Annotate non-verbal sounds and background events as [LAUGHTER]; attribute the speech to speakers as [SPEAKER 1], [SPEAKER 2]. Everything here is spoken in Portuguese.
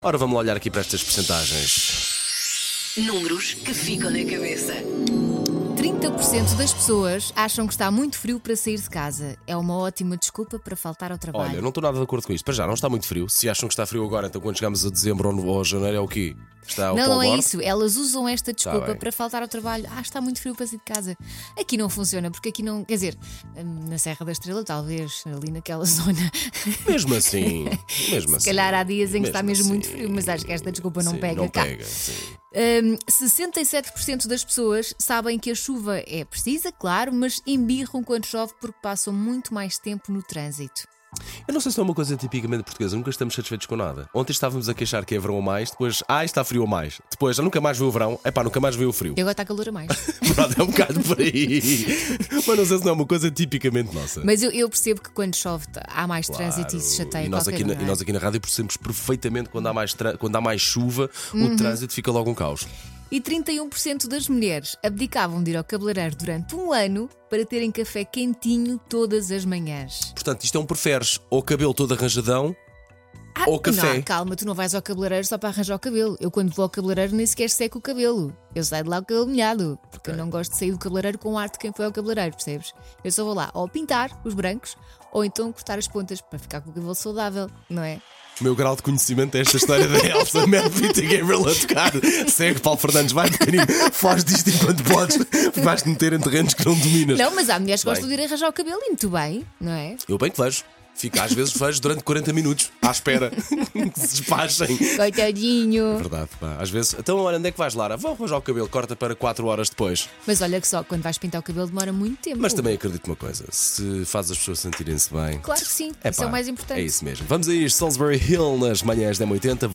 [SPEAKER 1] Ora, vamos lá olhar aqui para estas percentagens.
[SPEAKER 2] Números que ficam na cabeça.
[SPEAKER 3] 30% das pessoas acham que está muito frio para sair de casa. É uma ótima desculpa para faltar ao trabalho.
[SPEAKER 1] Olha, não estou nada de acordo com isto. Para já, não está muito frio. Se acham que está frio agora, então quando chegamos a dezembro ou no- ou a janeiro é o quê? Está o
[SPEAKER 3] não,
[SPEAKER 1] Polo
[SPEAKER 3] não é
[SPEAKER 1] Norte?
[SPEAKER 3] isso. Elas usam esta desculpa
[SPEAKER 1] bem.
[SPEAKER 3] para faltar ao trabalho. Ah, está muito frio para sair de casa. Aqui não funciona, porque aqui não. Quer dizer, hum, na Serra da Estrela, talvez, ali naquela [LAUGHS] zona.
[SPEAKER 1] Mesmo
[SPEAKER 3] [LAUGHS]
[SPEAKER 1] assim, mesmo assim.
[SPEAKER 3] Se calhar há dias em que está mesmo muito
[SPEAKER 1] assim.
[SPEAKER 3] frio, mas acho que esta desculpa não
[SPEAKER 1] Sim,
[SPEAKER 3] pega
[SPEAKER 1] não
[SPEAKER 3] cá.
[SPEAKER 1] pega, sim.
[SPEAKER 3] Hum, 67% das pessoas sabem que a chuva é precisa, claro, mas embirram quando chove porque passam muito mais tempo no trânsito.
[SPEAKER 1] Eu não sei se é uma coisa tipicamente portuguesa, nunca estamos satisfeitos com nada. Ontem estávamos a queixar que é verão a mais, depois, ah, está frio a mais. Depois, já nunca mais viu o verão, é pá, nunca mais viu o
[SPEAKER 3] [LAUGHS]
[SPEAKER 1] frio.
[SPEAKER 3] E agora está calor
[SPEAKER 1] [LAUGHS]
[SPEAKER 3] a mais.
[SPEAKER 1] Pronto, é um bocado por aí. Mas não sei se não é uma coisa tipicamente nossa.
[SPEAKER 3] Mas eu, eu percebo que quando chove tá- há mais
[SPEAKER 1] Claro.
[SPEAKER 3] trânsito e isso chateia
[SPEAKER 1] e nós,
[SPEAKER 3] qualquer
[SPEAKER 1] aqui na,
[SPEAKER 3] um,
[SPEAKER 1] e
[SPEAKER 3] não é? Hum.
[SPEAKER 1] nós aqui na rádio percebemos perfeitamente quando há mais, tra- quando há mais chuva,
[SPEAKER 3] Uhum.
[SPEAKER 1] o trânsito fica logo um caos.
[SPEAKER 3] E 31% das mulheres abdicavam de ir ao cabeleireiro durante um ano para terem café quentinho todas as manhãs.
[SPEAKER 1] Portanto, isto é um preferes ou cabelo todo arranjadão.
[SPEAKER 3] Ah,
[SPEAKER 1] Ou café.
[SPEAKER 3] Não, calma, tu não vais ao cabeleireiro só para arranjar o cabelo. Eu, quando vou ao cabeleireiro, nem sequer seco o cabelo. Eu saio de lá com o cabelo molhado, porque
[SPEAKER 1] Ok.
[SPEAKER 3] eu não gosto de sair do cabeleireiro com o ar de quem foi ao cabeleireiro, percebes? Eu só vou lá ou pintar os brancos ou então cortar as pontas para ficar com o cabelo saudável, não é?
[SPEAKER 1] O meu grau de conhecimento é esta história
[SPEAKER 3] [LAUGHS]
[SPEAKER 1] da Elsa Melvita Gabriel a tocar. Segue, Paulo Fernandes, vai pequenino, faz disto enquanto podes, vais te meter em terrenos que não dominas.
[SPEAKER 3] Não, mas há mulheres que
[SPEAKER 1] Bem.
[SPEAKER 3] gostam de ir arranjar o cabelo e muito bem, não é?
[SPEAKER 1] Eu bem te vejo. Fico às vezes vejo durante 40 minutos à espera que se despachem. [LAUGHS]
[SPEAKER 3] Coitadinho.
[SPEAKER 1] Verdade, pá. Às vezes. Então, olha, onde é que vais, Lara? Vou arranjar o cabelo, corta para 4 horas depois.
[SPEAKER 3] Mas olha que só, quando vais pintar o cabelo demora muito tempo.
[SPEAKER 1] Mas também acredito uma coisa: se faz as pessoas sentirem-se bem.
[SPEAKER 3] Claro que sim, isso
[SPEAKER 1] epá,
[SPEAKER 3] é o mais importante.
[SPEAKER 1] É isso mesmo. Vamos a isto: Salisbury Hill nas manhãs da 80